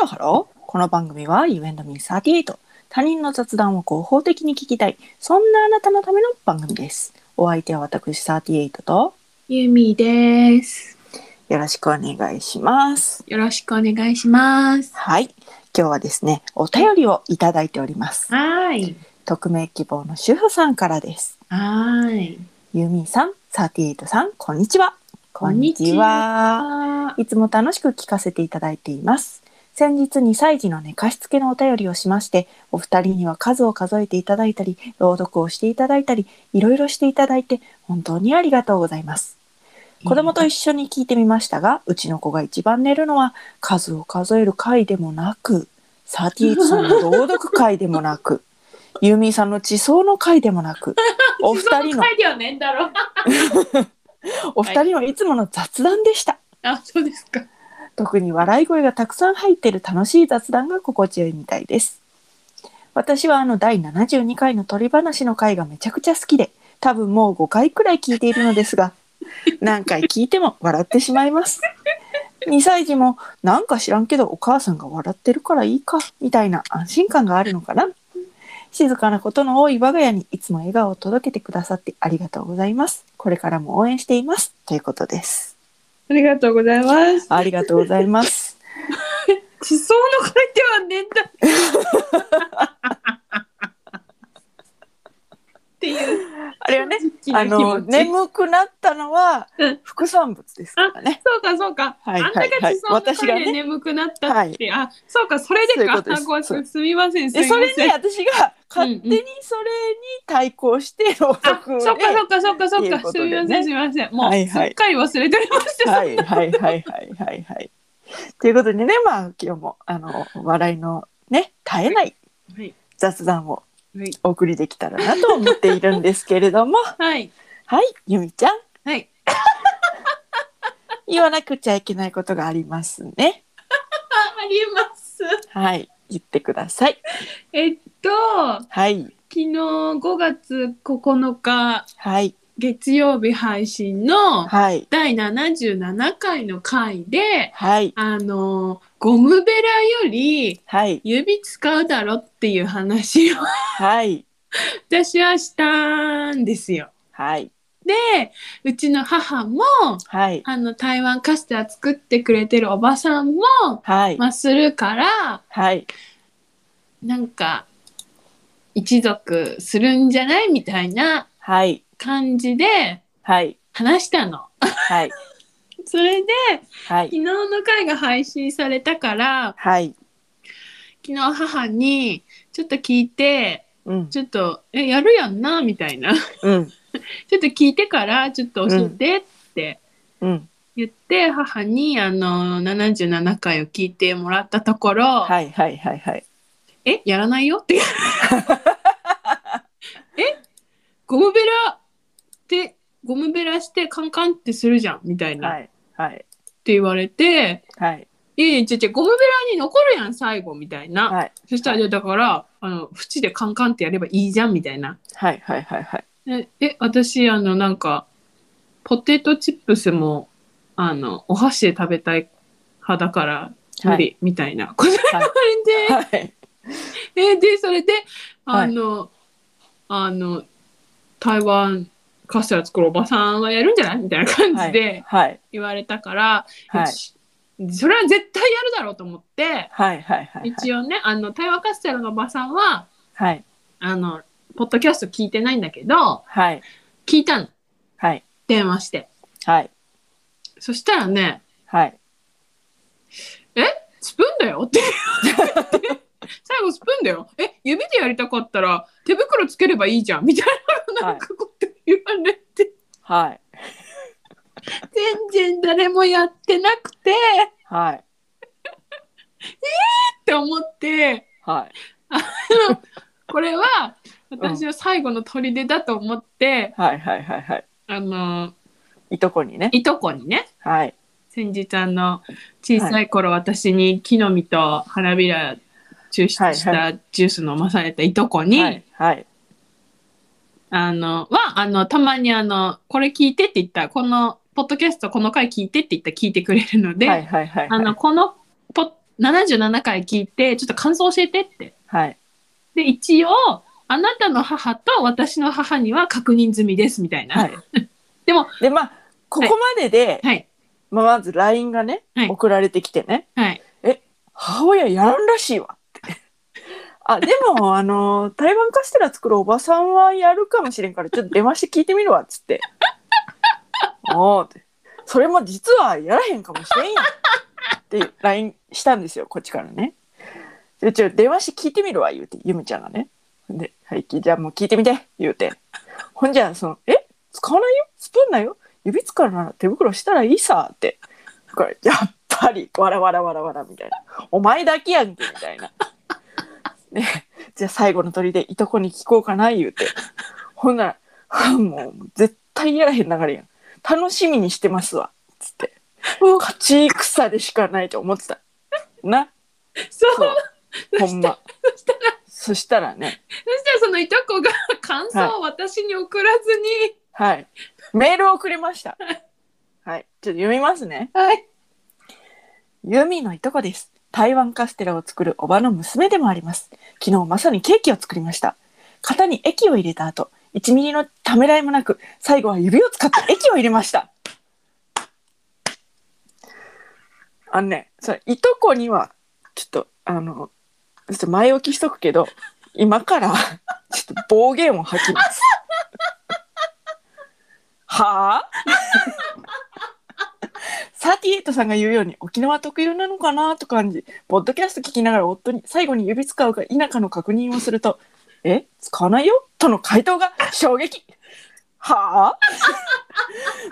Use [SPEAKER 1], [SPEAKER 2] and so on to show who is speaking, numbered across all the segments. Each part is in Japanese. [SPEAKER 1] ロハローこの番組は You and me38 他人の雑談を合法的に聞きたいそんなあなたのための番組ですお相手は私38と
[SPEAKER 2] ゆみです。
[SPEAKER 1] よろしくお願いします
[SPEAKER 2] よろしくお願いします。
[SPEAKER 1] はい今日はですねお便りをいただいております
[SPEAKER 2] はい。
[SPEAKER 1] 匿名希望の主婦さんからです
[SPEAKER 2] はい。
[SPEAKER 1] ユミさん38さんこんにちは
[SPEAKER 2] こんにちはあ
[SPEAKER 1] いつも楽しく聞かせていただいています。先日2歳児の寝かしつけのお便りをしまして、お二人には数を数えていただいたり、朗読をしていただいたり、いろいろしていただいて、本当にありがとうございます。子供と一緒に聞いてみましたが、うちの子が一番寝るのは、数を数える回でもなく、サティーさんの朗読回でもなく、ユーミンさんの地層の回でもなく、お二人の、
[SPEAKER 2] 回ではねえんだろう。
[SPEAKER 1] お二人のいつもの雑談でした。
[SPEAKER 2] あ、そうですか。
[SPEAKER 1] 特に笑い声がたくさん入ってる楽しい雑談が心地よいみたいです私はあの第72回の鳥話の回がめちゃくちゃ好きで多分もう5回くらい聞いているのです が何回聞いても笑ってしまいます2歳児もなんか知らんけどお母さんが笑ってるからいいかみたいな安心感があるのかな静かなことの多い我が家にいつも笑顔を届けてくださってありがとうございますこれからも応援していますということです
[SPEAKER 2] ありがとうございます。
[SPEAKER 1] ありがとうございます
[SPEAKER 2] 地層の回ではねえんだ。っていう。
[SPEAKER 1] あれはね、あ
[SPEAKER 2] あ
[SPEAKER 1] の
[SPEAKER 2] の、
[SPEAKER 1] 眠くなったのは
[SPEAKER 2] うん
[SPEAKER 1] 副産物ですからね。
[SPEAKER 2] そうかそうか、
[SPEAKER 1] はいはい
[SPEAKER 2] あんたが地層の回
[SPEAKER 1] はい私がね
[SPEAKER 2] で眠くなったって、あそうかそれ
[SPEAKER 1] そう
[SPEAKER 2] でか
[SPEAKER 1] いうこ
[SPEAKER 2] あ
[SPEAKER 1] と
[SPEAKER 2] ご
[SPEAKER 1] です
[SPEAKER 2] すすみませんす
[SPEAKER 1] で
[SPEAKER 2] み
[SPEAKER 1] そ
[SPEAKER 2] ま
[SPEAKER 1] れ
[SPEAKER 2] せ
[SPEAKER 1] に
[SPEAKER 2] ん
[SPEAKER 1] 私が勝手にそれに対抗して朗
[SPEAKER 2] あ、
[SPEAKER 1] 読
[SPEAKER 2] そ
[SPEAKER 1] を
[SPEAKER 2] っか
[SPEAKER 1] ね
[SPEAKER 2] そっかそっか
[SPEAKER 1] ってい
[SPEAKER 2] そうっ
[SPEAKER 1] こ
[SPEAKER 2] か。
[SPEAKER 1] と
[SPEAKER 2] す
[SPEAKER 1] で
[SPEAKER 2] み
[SPEAKER 1] ね
[SPEAKER 2] ませんすみません。もう
[SPEAKER 1] はい
[SPEAKER 2] す
[SPEAKER 1] はい
[SPEAKER 2] っかり忘れておりました。
[SPEAKER 1] はいはいはいはいはいはい。ということでね、まあ今日もあの笑いのね絶えない
[SPEAKER 2] はい
[SPEAKER 1] 雑談を
[SPEAKER 2] はい
[SPEAKER 1] お送りできたらなと思っているんですけれど も、
[SPEAKER 2] はい
[SPEAKER 1] はいゆみちゃん
[SPEAKER 2] はい。
[SPEAKER 1] 言わなくちゃいけないことがありますね。
[SPEAKER 2] ああります。
[SPEAKER 1] はい言ってください。
[SPEAKER 2] えっと
[SPEAKER 1] はい
[SPEAKER 2] 昨日5月9日
[SPEAKER 1] はい
[SPEAKER 2] 月曜日配信の
[SPEAKER 1] はい
[SPEAKER 2] 第77回の回で。
[SPEAKER 1] はい
[SPEAKER 2] あのゴムベラより
[SPEAKER 1] はい
[SPEAKER 2] 指使うだろっていう話を
[SPEAKER 1] はい
[SPEAKER 2] 私はしたんですよ。
[SPEAKER 1] はい
[SPEAKER 2] でうちの母も
[SPEAKER 1] はい
[SPEAKER 2] あの台湾カステラ作ってくれてるおばさんも、
[SPEAKER 1] はい
[SPEAKER 2] まあ、するから
[SPEAKER 1] はい
[SPEAKER 2] なんか一族するんじゃないみたいな
[SPEAKER 1] はい
[SPEAKER 2] 感じで
[SPEAKER 1] はい
[SPEAKER 2] 話したの。
[SPEAKER 1] はい
[SPEAKER 2] それで
[SPEAKER 1] は
[SPEAKER 2] 昨
[SPEAKER 1] い
[SPEAKER 2] 日の回が配信されたから
[SPEAKER 1] はい
[SPEAKER 2] 昨日母にちょっと聞いて
[SPEAKER 1] うん
[SPEAKER 2] ちょっと「えやるやんな」みたいな 「
[SPEAKER 1] うん
[SPEAKER 2] ちょっと聞いてからちょっと教えて」って
[SPEAKER 1] うん
[SPEAKER 2] 言って、母にあの77回を聞いてもらったところ「
[SPEAKER 1] はいはいはいはい
[SPEAKER 2] えやらないよってえゴムベラってゴムベラしてカンカンってするじゃんみたいな、
[SPEAKER 1] は
[SPEAKER 2] っ
[SPEAKER 1] いはい
[SPEAKER 2] て言われて
[SPEAKER 1] はい
[SPEAKER 2] 「いやいや違う違うゴムベラに残るやん最後」みたいな、
[SPEAKER 1] はい
[SPEAKER 2] そしたらいやだからあの縁でカンカンってやればいいじゃんみたいな
[SPEAKER 1] はいはいはいはい
[SPEAKER 2] ええ私あのなんかポテトチップスもあのお箸で食べたい派だから無理、みたいなこと言われて、
[SPEAKER 1] はい
[SPEAKER 2] えでそれで
[SPEAKER 1] はい
[SPEAKER 2] あの、あの台湾カステラ作るおばさんはやるんじゃないみたいな感じで
[SPEAKER 1] はい
[SPEAKER 2] 言われたから、
[SPEAKER 1] はい
[SPEAKER 2] よしそれは絶対やるだろうと思って、
[SPEAKER 1] はいはいはい
[SPEAKER 2] 一応ねあの台湾カステラのおばさんは
[SPEAKER 1] はい
[SPEAKER 2] あのポッドキャスト聞いてないんだけど
[SPEAKER 1] はい
[SPEAKER 2] 聞いたの
[SPEAKER 1] はい
[SPEAKER 2] 電話して
[SPEAKER 1] はい
[SPEAKER 2] そしたらね
[SPEAKER 1] はい
[SPEAKER 2] スプーンだよって 最後スプーンだよえ指でやりたかったら手袋つければいいじゃんみたいななんかこと言われて。
[SPEAKER 1] はい
[SPEAKER 2] 全然誰もやってなくてっ
[SPEAKER 1] はい
[SPEAKER 2] て思って
[SPEAKER 1] はい
[SPEAKER 2] これは私は最後の砦だと思って、
[SPEAKER 1] はいはいはいはい
[SPEAKER 2] あの
[SPEAKER 1] いとこにね
[SPEAKER 2] いとこにね
[SPEAKER 1] はい
[SPEAKER 2] 先日あの小さい頃私に木の実と花びら抽出し
[SPEAKER 1] はい
[SPEAKER 2] たジュース飲まされたいとこに、
[SPEAKER 1] はいはい
[SPEAKER 2] あのはあのたまにあのこれ聞いてって言ったらこのポッドキャストこの回聞いてって言ったら聞いてくれるので、
[SPEAKER 1] はいはいはい
[SPEAKER 2] あのこのポッ77回聞いて、ちょっと感想教えてって。
[SPEAKER 1] はい。
[SPEAKER 2] で、一応、あなたの母と私の母には確認済みです、みたいな。
[SPEAKER 1] はい。
[SPEAKER 2] でも、
[SPEAKER 1] で、まあ、ここまでで、
[SPEAKER 2] はい。
[SPEAKER 1] まあ、まず LINE がね、
[SPEAKER 2] はい
[SPEAKER 1] 送られてきてね、
[SPEAKER 2] はい。
[SPEAKER 1] 母親やらんらしいわって。 あ、でも、あの、台湾カステラ作るおばさんはやるかもしれんから、ちょっと電話して聞いてみるわ、っつ って。おーって。それも実はやらへんかもしれんよ。って LINE したんですよ、こっちからね。でちょ、電話して聞いてみるわ、言うて、ゆみちゃんがね。で、はい、きじゃあもう聞いてみて、言うて。ほんじゃ、その、え使わないよスプーンないよ指使うなら手袋したらいいさ、って。だから、やっぱり、わらわらわらわら、みたいな。お前だけやんけ、みたいな。 ね、じゃあ最後の鳥でいとこに聞こうかな、言うて。ほんなら、はあもう、絶対やらへん流れやん。楽しみにしてますわ、つって。勝ち戦でしかないと思ってた。な、
[SPEAKER 2] そう。
[SPEAKER 1] そう。ほ
[SPEAKER 2] そし
[SPEAKER 1] ん
[SPEAKER 2] たら
[SPEAKER 1] ま。そしたらね、
[SPEAKER 2] そしたらそのいとこが感想を私に送らずに、
[SPEAKER 1] はい。メールをくれました。はい。ちょっと読みますね。
[SPEAKER 2] はい。
[SPEAKER 1] ユーミンのいとこです。台湾カステラを作るおばの娘でもあります。昨日まさにケーキを作りました。型に液を入れた後、1ミリのためらいもなく、最後は指を使って液を入れました。あのね、それいとこには、ちょっと、あの、ちょっと前置きしとくけど、今から、ちょっと暴言を吐きます。はあサティエイトさんが言うように沖縄特有なのかなと感じ、ポッドキャスト聞きながら夫に最後に指使うか否かの確認をすると、え使わないよとの回答が衝撃。はあ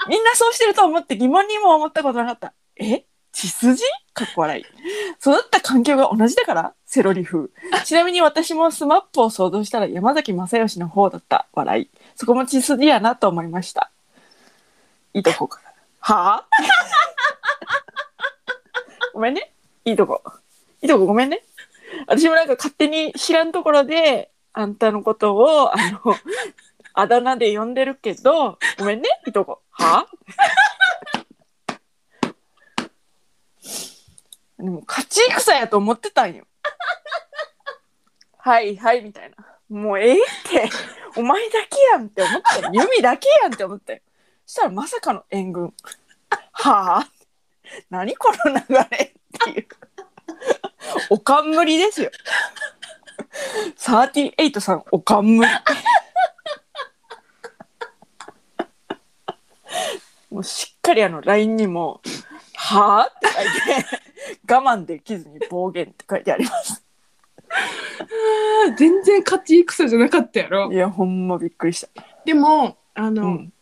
[SPEAKER 1] みんなそうしてると思って疑問にも思ったことなかった。え血筋かっこ笑い。育った環境が同じだからセロリ風。ちなみに私もスマップを想像したら山崎正義の方だった笑い。そこも血筋やなと思いました。いいとこから。はあごめんね。いいとこ。いいとこごめんね。私もなんか勝手に知らんところで、あんたのことを、あの、あだ名で呼んでるけど、ごめんね、いいとこ。はでも、勝ち戦やと思ってたんよ。はい、はい、みたいな。もうええって、お前だけやんって思ったよ。指だけやんって思ったよ。そしたらまさかの援軍。はあ何この流れっていう。おかんむりですよ。38さん、おかんむり。もうしっかりあの LINE にも、はぁって書いて、我慢できずに暴言って書いてあります。
[SPEAKER 2] 全然勝ち戦じゃなかったやろ
[SPEAKER 1] い。や、ほんまびっくりした。
[SPEAKER 2] でも、あの、
[SPEAKER 1] うん。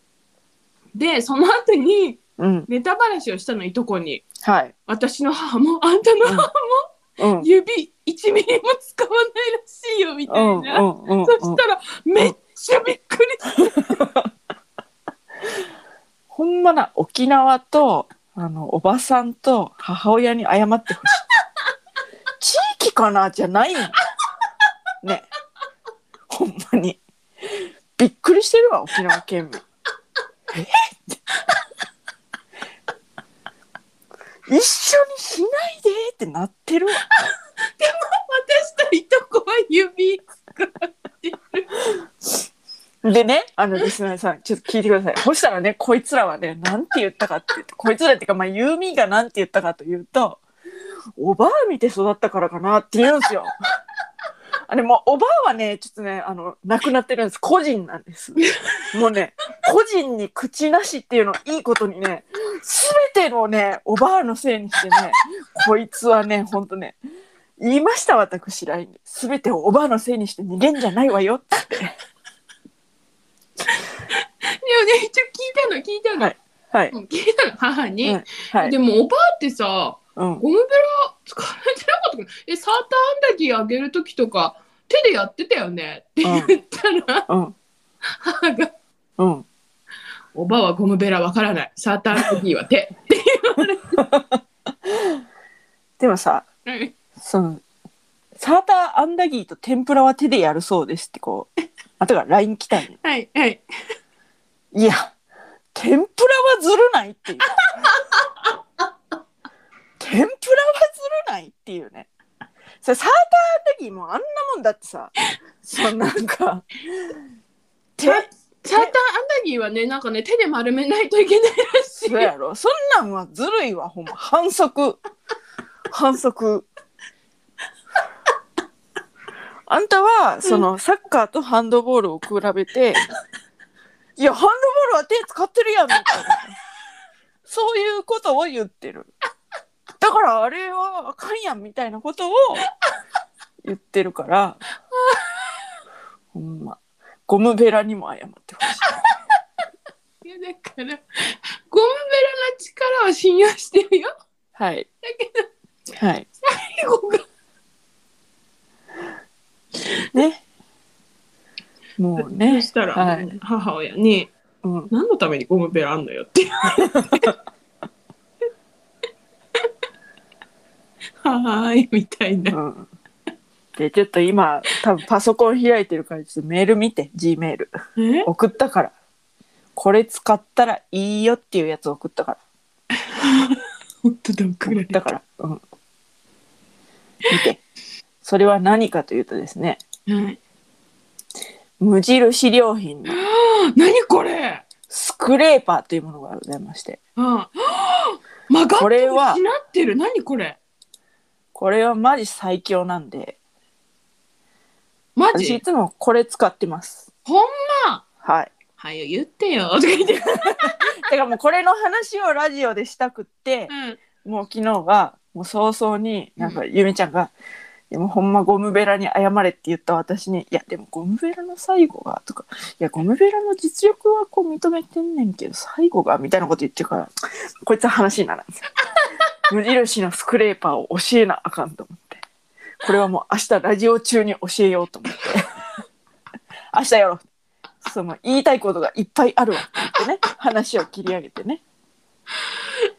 [SPEAKER 2] で、その後に
[SPEAKER 1] うん。
[SPEAKER 2] ネタ話をしたの、いとこに。
[SPEAKER 1] はい。
[SPEAKER 2] 私の母も、あんたの母も
[SPEAKER 1] うん。
[SPEAKER 2] 指1ミリも使わないらしいよ、みた
[SPEAKER 1] う
[SPEAKER 2] いな。
[SPEAKER 1] ん。うん。うん。うん
[SPEAKER 2] そしたら、めっちゃびっくりした。
[SPEAKER 1] ほんまな、沖縄と、あの、おばさんと母親に謝ってほしい。地域かなじゃないの。ね。ほんまに。びっくりしてるわ、沖縄県民。えって一緒にしないでってなってるわ。
[SPEAKER 2] 私といとこは指使ってる。
[SPEAKER 1] でね、あの、リスナーさん、ちょっと聞いてください。そしたらね、こいつらはね、なんて言ったかっていうと、こいつらっていうか、まあ、ユーミンがなんて言ったかというと、おばあ見て育ったからかなって言うんですよ。あれ、もう、おばあはね、ちょっとね、あの、亡くなってるんです。個人なんです。もうね、個人に口なしっていうのをいいことにね、すべてのね、おばあのせいにしてね、こいつはね、ほんとね、言いました、私、LINE で。すべてをおばあのせいにして逃げんじゃないわよって。
[SPEAKER 2] でもね、一応聞いたの、聞いたの。
[SPEAKER 1] はいはい。
[SPEAKER 2] うん聞いたの、母に。
[SPEAKER 1] うんはい
[SPEAKER 2] で。も、おばあってさ、
[SPEAKER 1] うん。
[SPEAKER 2] ゴムベラ使われてなかったかなえ、サーターアンダギーあげるときとか、手でやってたよねって言ったら、
[SPEAKER 1] うん。
[SPEAKER 2] 母が、
[SPEAKER 1] うん。
[SPEAKER 2] おばあはゴムベラわからない。サーターアンダギーは 手。
[SPEAKER 1] でもさ、
[SPEAKER 2] うん
[SPEAKER 1] その、サーターアンダギーと天ぷらは手でやるそうですってこう、 あとから LINE 来たんよ
[SPEAKER 2] はい、はい。
[SPEAKER 1] いや、天ぷらはず るないっていう。天ぷらはずるないっていう。それサーターアンダギーもあんなもんだってさそうなんか手
[SPEAKER 2] サーサーターアンダギーはね、なんかね、手で丸めないといけないらしい。
[SPEAKER 1] そうやろそんなんはずるいわほんま反則反則あんたはそのサッカーとハンドボールを比べていやハンドボールは手使ってるやんみたいなそういうことを言ってるだからあれはあかんやんみたいなことを言ってるからほんまゴムベラにも謝ってほしい
[SPEAKER 2] いや、だから、ゴムベラの力は信用してるよ。
[SPEAKER 1] はい
[SPEAKER 2] だけど、
[SPEAKER 1] はい
[SPEAKER 2] 最後が
[SPEAKER 1] ね。もうね
[SPEAKER 2] そ。したら、
[SPEAKER 1] はい
[SPEAKER 2] 母親に
[SPEAKER 1] うん
[SPEAKER 2] 「何のためにゴムベラあんのよ」って言われてはーいみたいな
[SPEAKER 1] うん。で、ちょっと今、多分パソコン開いてるから、ちょっとメール見て、G メール。
[SPEAKER 2] え
[SPEAKER 1] 送ったから。これ使ったらいいよっていうやつ送ったから。
[SPEAKER 2] 本当だ送ら
[SPEAKER 1] 送
[SPEAKER 2] れ
[SPEAKER 1] ったたから。うん。見て。それは何かというとですね、
[SPEAKER 2] はい
[SPEAKER 1] 無印良品の
[SPEAKER 2] あ何これ
[SPEAKER 1] スクレーパーというものがございまして、
[SPEAKER 2] ああ曲が
[SPEAKER 1] こ
[SPEAKER 2] って
[SPEAKER 1] れ
[SPEAKER 2] る
[SPEAKER 1] は
[SPEAKER 2] しなってる何これ
[SPEAKER 1] これはマジ最強なんで、
[SPEAKER 2] マ
[SPEAKER 1] 私い
[SPEAKER 2] ジ
[SPEAKER 1] つもこれ使ってます。
[SPEAKER 2] ほんま
[SPEAKER 1] はい。
[SPEAKER 2] はよ言ってよとか言って、
[SPEAKER 1] だからもうこれの話をラジオでしたくって
[SPEAKER 2] う、ん、
[SPEAKER 1] もう昨日はもう早々になんかゆめちゃんが「でもほんまゴムベラに謝れ」って言った私に「いやでもゴムベラの最後が」とか「いやゴムベラの実力はこう認めてんねんけど最後が」みたいなこと言ってるからこいつは話にならん ですよ無印のスクレーパーを教えなあかんと思ってこれはもう明日ラジオ中に教えようと思って 明日やろうその言いたいことがいっぱいあるわって言ってね話を切り上げてね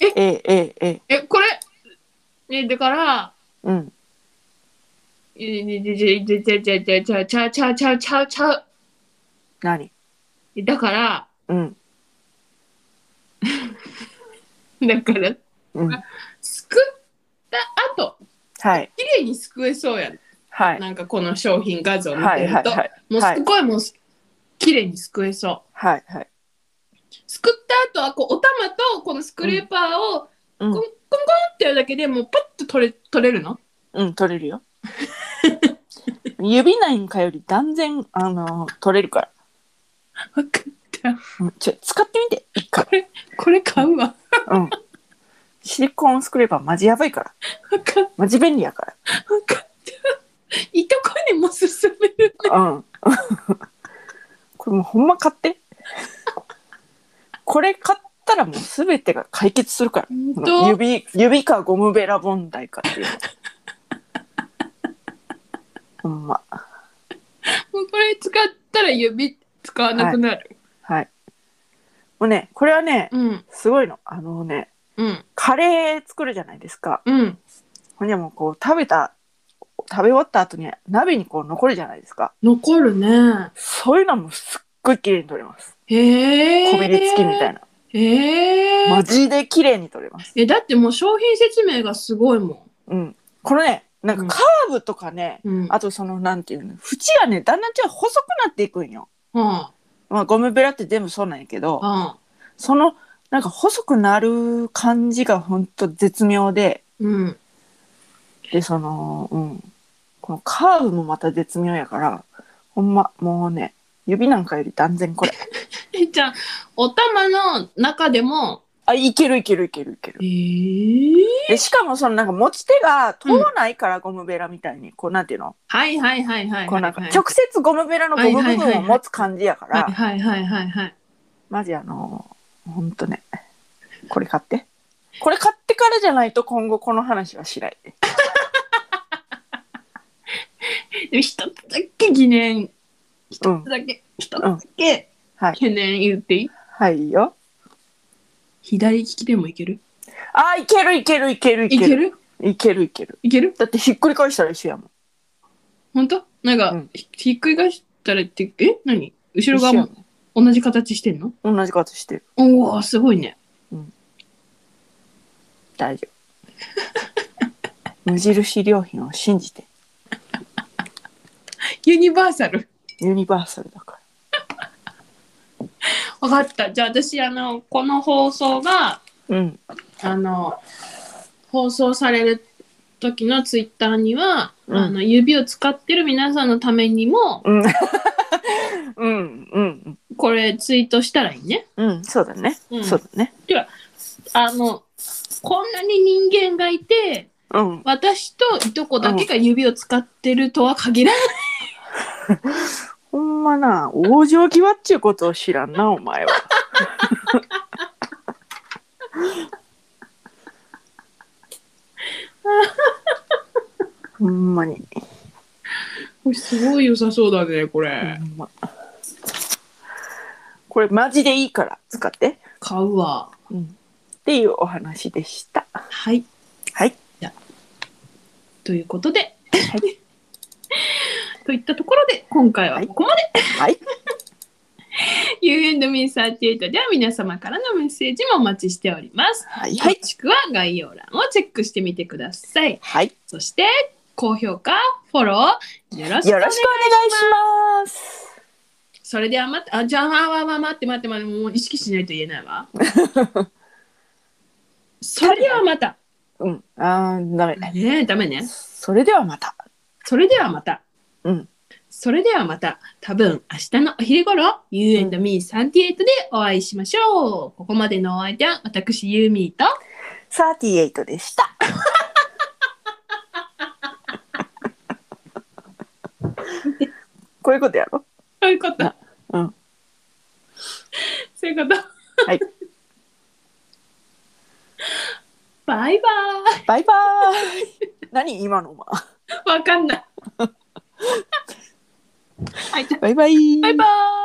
[SPEAKER 2] え
[SPEAKER 1] えええええ
[SPEAKER 2] えこれねだから
[SPEAKER 1] うん
[SPEAKER 2] 「ちゃちゃちゃちゃちゃちゃちゃちゃちゃ
[SPEAKER 1] 何
[SPEAKER 2] だから
[SPEAKER 1] うん
[SPEAKER 2] だから
[SPEAKER 1] うん
[SPEAKER 2] すくった後
[SPEAKER 1] はい
[SPEAKER 2] 綺麗にすくえそうやん
[SPEAKER 1] はい
[SPEAKER 2] なんかこの商品画像見
[SPEAKER 1] は
[SPEAKER 2] て
[SPEAKER 1] い
[SPEAKER 2] る
[SPEAKER 1] はい
[SPEAKER 2] と、
[SPEAKER 1] はい
[SPEAKER 2] もうすごいもうす綺麗にすくえそ
[SPEAKER 1] はいはいう
[SPEAKER 2] すくった後はこうお玉とこのスクレーパーを
[SPEAKER 1] う
[SPEAKER 2] コンコ
[SPEAKER 1] ん
[SPEAKER 2] ンコンってやるだけでもうパッと取れ取れるの
[SPEAKER 1] うん取れるよ指なんかより断然あの取れるから、
[SPEAKER 2] 分かった
[SPEAKER 1] うん、ちょ使ってみて一回
[SPEAKER 2] これこれ買うわ
[SPEAKER 1] うんシリコンスクレーパーマジやばいから
[SPEAKER 2] 分かっ
[SPEAKER 1] マジ便利やか
[SPEAKER 2] た分かったいとこにも勧める
[SPEAKER 1] らうん これもうほんま買ってこれ買ったらもう全てが解決するからこ
[SPEAKER 2] 本
[SPEAKER 1] の
[SPEAKER 2] 当
[SPEAKER 1] 指指かゴムベラ問題か っていうほんま
[SPEAKER 2] もうこれ使ったら指使わなくなる、
[SPEAKER 1] はい。もうね、これはね、
[SPEAKER 2] うん
[SPEAKER 1] すごいの。あのね、
[SPEAKER 2] うん
[SPEAKER 1] カレー作るじゃないですか。
[SPEAKER 2] うん
[SPEAKER 1] ほんじゃもうこう食べた、食べ終わった後に鍋にこう残るじゃないですか。
[SPEAKER 2] 残るね
[SPEAKER 1] そういうのもすっごい綺麗に取れます。
[SPEAKER 2] へえ
[SPEAKER 1] こびりつきみたいな。
[SPEAKER 2] へえ
[SPEAKER 1] マジで綺麗に取れます。
[SPEAKER 2] えだってもう商品説明がすごいも
[SPEAKER 1] うん。このね、なん
[SPEAKER 2] う
[SPEAKER 1] か
[SPEAKER 2] ん
[SPEAKER 1] カーブとかね、
[SPEAKER 2] ん。うん。
[SPEAKER 1] あとそのなんていうの、縁がね、だんだんちょっと細くなっていくんよ。
[SPEAKER 2] は
[SPEAKER 1] まあゴムベラって全部そうなんやけ
[SPEAKER 2] あ、
[SPEAKER 1] ど、
[SPEAKER 2] はあ、
[SPEAKER 1] そのなんか細くなる感じがほんと絶妙で、
[SPEAKER 2] うん。
[SPEAKER 1] でそのうんこのカーブもまた絶妙やからほんまもうね指なんかより断然これ
[SPEAKER 2] えじゃあお玉の中でも、
[SPEAKER 1] あいけるいけるいけるいける
[SPEAKER 2] えー、
[SPEAKER 1] でしかもそのなんか持ち手が通らないから、ゴムベラみたいにこうなんていうの、
[SPEAKER 2] はいはいはいはいはいはい。
[SPEAKER 1] こうなんか直接ゴムベラのゴム部分を持つ感じやから、
[SPEAKER 2] はいはいはいはいはい。
[SPEAKER 1] マジあのーほんとねこれ買ってこれ買ってからじゃないと今後この話はしない
[SPEAKER 2] でも一つだけ疑念、一
[SPEAKER 1] うん
[SPEAKER 2] つだけ、一つだけ
[SPEAKER 1] はい
[SPEAKER 2] 懸念言っていい
[SPEAKER 1] はいよ
[SPEAKER 2] 左利きでもいける
[SPEAKER 1] あいけるいけるいけるい
[SPEAKER 2] い
[SPEAKER 1] け
[SPEAKER 2] け
[SPEAKER 1] る
[SPEAKER 2] る
[SPEAKER 1] いけるいける
[SPEAKER 2] いける
[SPEAKER 1] だってひっくり返したら一緒やもん
[SPEAKER 2] 本当なんか、
[SPEAKER 1] うん
[SPEAKER 2] ひひっくり返したらって、え何後ろ側
[SPEAKER 1] 一緒や
[SPEAKER 2] も
[SPEAKER 1] もん
[SPEAKER 2] 同じ形してんの
[SPEAKER 1] 同じことしてる
[SPEAKER 2] おおすごいね。
[SPEAKER 1] 大丈夫無印良品を信じて
[SPEAKER 2] ユニバーサル。
[SPEAKER 1] ユニバーサルだから。
[SPEAKER 2] わかった。じゃあ私、あの、この放送が、
[SPEAKER 1] うん。
[SPEAKER 2] あの、放送される時のツイッターには、
[SPEAKER 1] うん
[SPEAKER 2] あの、指を使ってる皆さんのためにも、
[SPEAKER 1] うん。 うん。うん。
[SPEAKER 2] これツイートしたらいいね。
[SPEAKER 1] うん。そうだね。
[SPEAKER 2] うん
[SPEAKER 1] そうだね。
[SPEAKER 2] あの、こんなに人間がいて、
[SPEAKER 1] うん。
[SPEAKER 2] 私といとこだけが指を使ってるとは限らない。
[SPEAKER 1] ほんまな、往生際っちゅうことを知らんな、お前 は。ほんまに。
[SPEAKER 2] これすごい良さそうだね、こ
[SPEAKER 1] ほ
[SPEAKER 2] れ。
[SPEAKER 1] んま。これマジでいいから使って。
[SPEAKER 2] 買うわ。
[SPEAKER 1] うん。っていうお話でした。
[SPEAKER 2] はい。
[SPEAKER 1] はい。
[SPEAKER 2] ということで。 といったところで、今回はここまで。
[SPEAKER 1] はい。
[SPEAKER 2] You and me38 では皆様からのメッセージもお待ちしております。
[SPEAKER 1] はい。は
[SPEAKER 2] も
[SPEAKER 1] い。
[SPEAKER 2] しくは概要欄をチェックしてみてください。
[SPEAKER 1] はい。
[SPEAKER 2] そして、高評価、フォロー、よろしくお
[SPEAKER 1] よ
[SPEAKER 2] 願
[SPEAKER 1] ろ
[SPEAKER 2] い
[SPEAKER 1] し
[SPEAKER 2] し
[SPEAKER 1] くお願いします。
[SPEAKER 2] ます。それではまた、あ、じゃあ、わわ待って待って待って、もう意識しないと言えない わ。それではまた。
[SPEAKER 1] うん。あー、ダメだ。
[SPEAKER 2] ねえ、ダメね。
[SPEAKER 1] それではまた。
[SPEAKER 2] それではまた。
[SPEAKER 1] うん。
[SPEAKER 2] それではまた、多分明日のお昼頃、You and me38 でお会いしましょう。ここまでのお相手は、私、ユーミーと、
[SPEAKER 1] 38でした。 こういうことやろ
[SPEAKER 2] そういうこと。
[SPEAKER 1] うん。
[SPEAKER 2] そういうこと。
[SPEAKER 1] はい。
[SPEAKER 2] バイバ
[SPEAKER 1] バイバイ。 何今のま。
[SPEAKER 2] ーイ。わかんない。はい、じゃあ
[SPEAKER 1] バイバイ。
[SPEAKER 2] バイバーイ。